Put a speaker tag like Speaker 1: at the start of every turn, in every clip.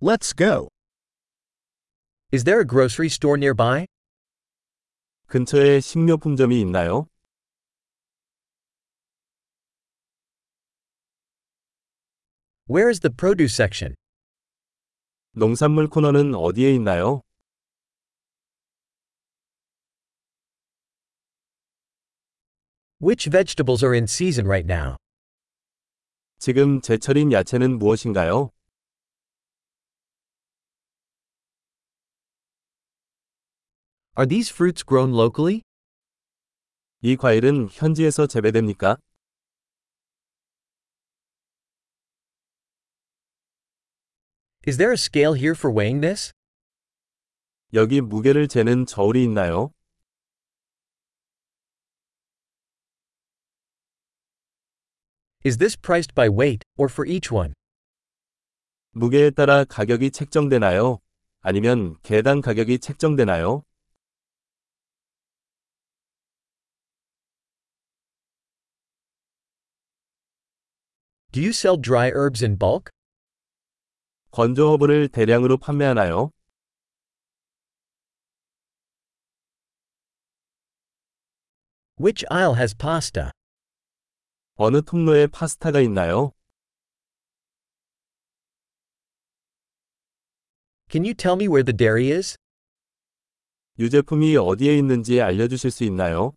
Speaker 1: Let's go.
Speaker 2: Is there a grocery store nearby?
Speaker 3: 근처에 식료품점이 있나요?
Speaker 2: Where is the produce section?
Speaker 3: 농산물 코너는 어디에 있나요?
Speaker 2: Which vegetables are in season right now?
Speaker 3: 지금 제철인 야채는 무엇인가요?
Speaker 2: Are these fruits grown locally?
Speaker 3: 이 과일은 현지에서 재배됩니까?
Speaker 2: Is there a scale here for weighing this?
Speaker 3: 여기 무게를 재는 저울이 있나요?
Speaker 2: Is this priced by weight, or for each one?
Speaker 3: 무게에 따라 가격이 책정되나요? 아니면 개당 가격이 책정되나요?
Speaker 2: Do you sell dry herbs in bulk?
Speaker 3: 건조 허브를 대량으로 판매하나요?
Speaker 2: Which aisle has pasta?
Speaker 3: 어느 통로에 파스타가 있나요?
Speaker 2: Can you tell me where the dairy is?
Speaker 3: 유제품이 어디에 있는지 알려주실 수 있나요?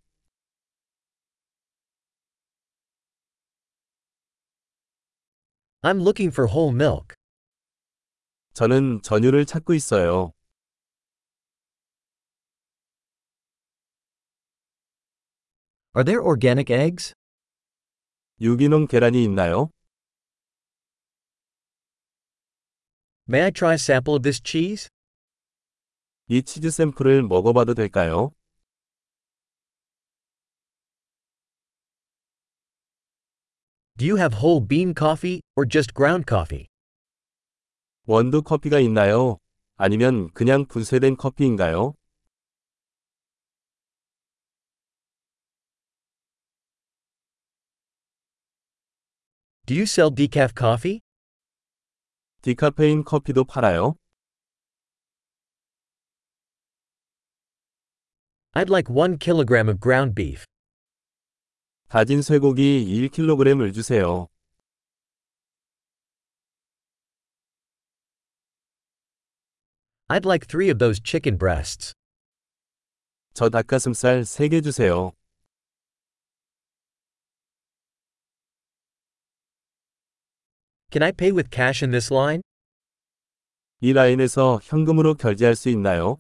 Speaker 2: I'm looking for whole milk.
Speaker 3: 저는 전유를 찾고 있어요.
Speaker 2: Are there organic eggs?
Speaker 3: 유기농 계란이 있나요?
Speaker 2: May I try a sample of this cheese?
Speaker 3: 이 치즈 샘플을 먹어봐도 될까요?
Speaker 2: Do you have whole bean coffee, or just ground coffee?
Speaker 3: 원두 커피가 있나요? 아니면 그냥 분쇄된 커피인가요?
Speaker 2: Do you sell decaf coffee?
Speaker 3: 디카페인 커피도 팔아요?
Speaker 2: I'd like one kilogram of ground beef.
Speaker 3: 다진 쇠고기 1kg을 주세요.
Speaker 2: I'd like three of those chicken breasts.
Speaker 3: 저 닭가슴살 3개 주세요.
Speaker 2: Can I pay with cash in this line?
Speaker 3: 이 라인에서 현금으로 결제할 수 있나요?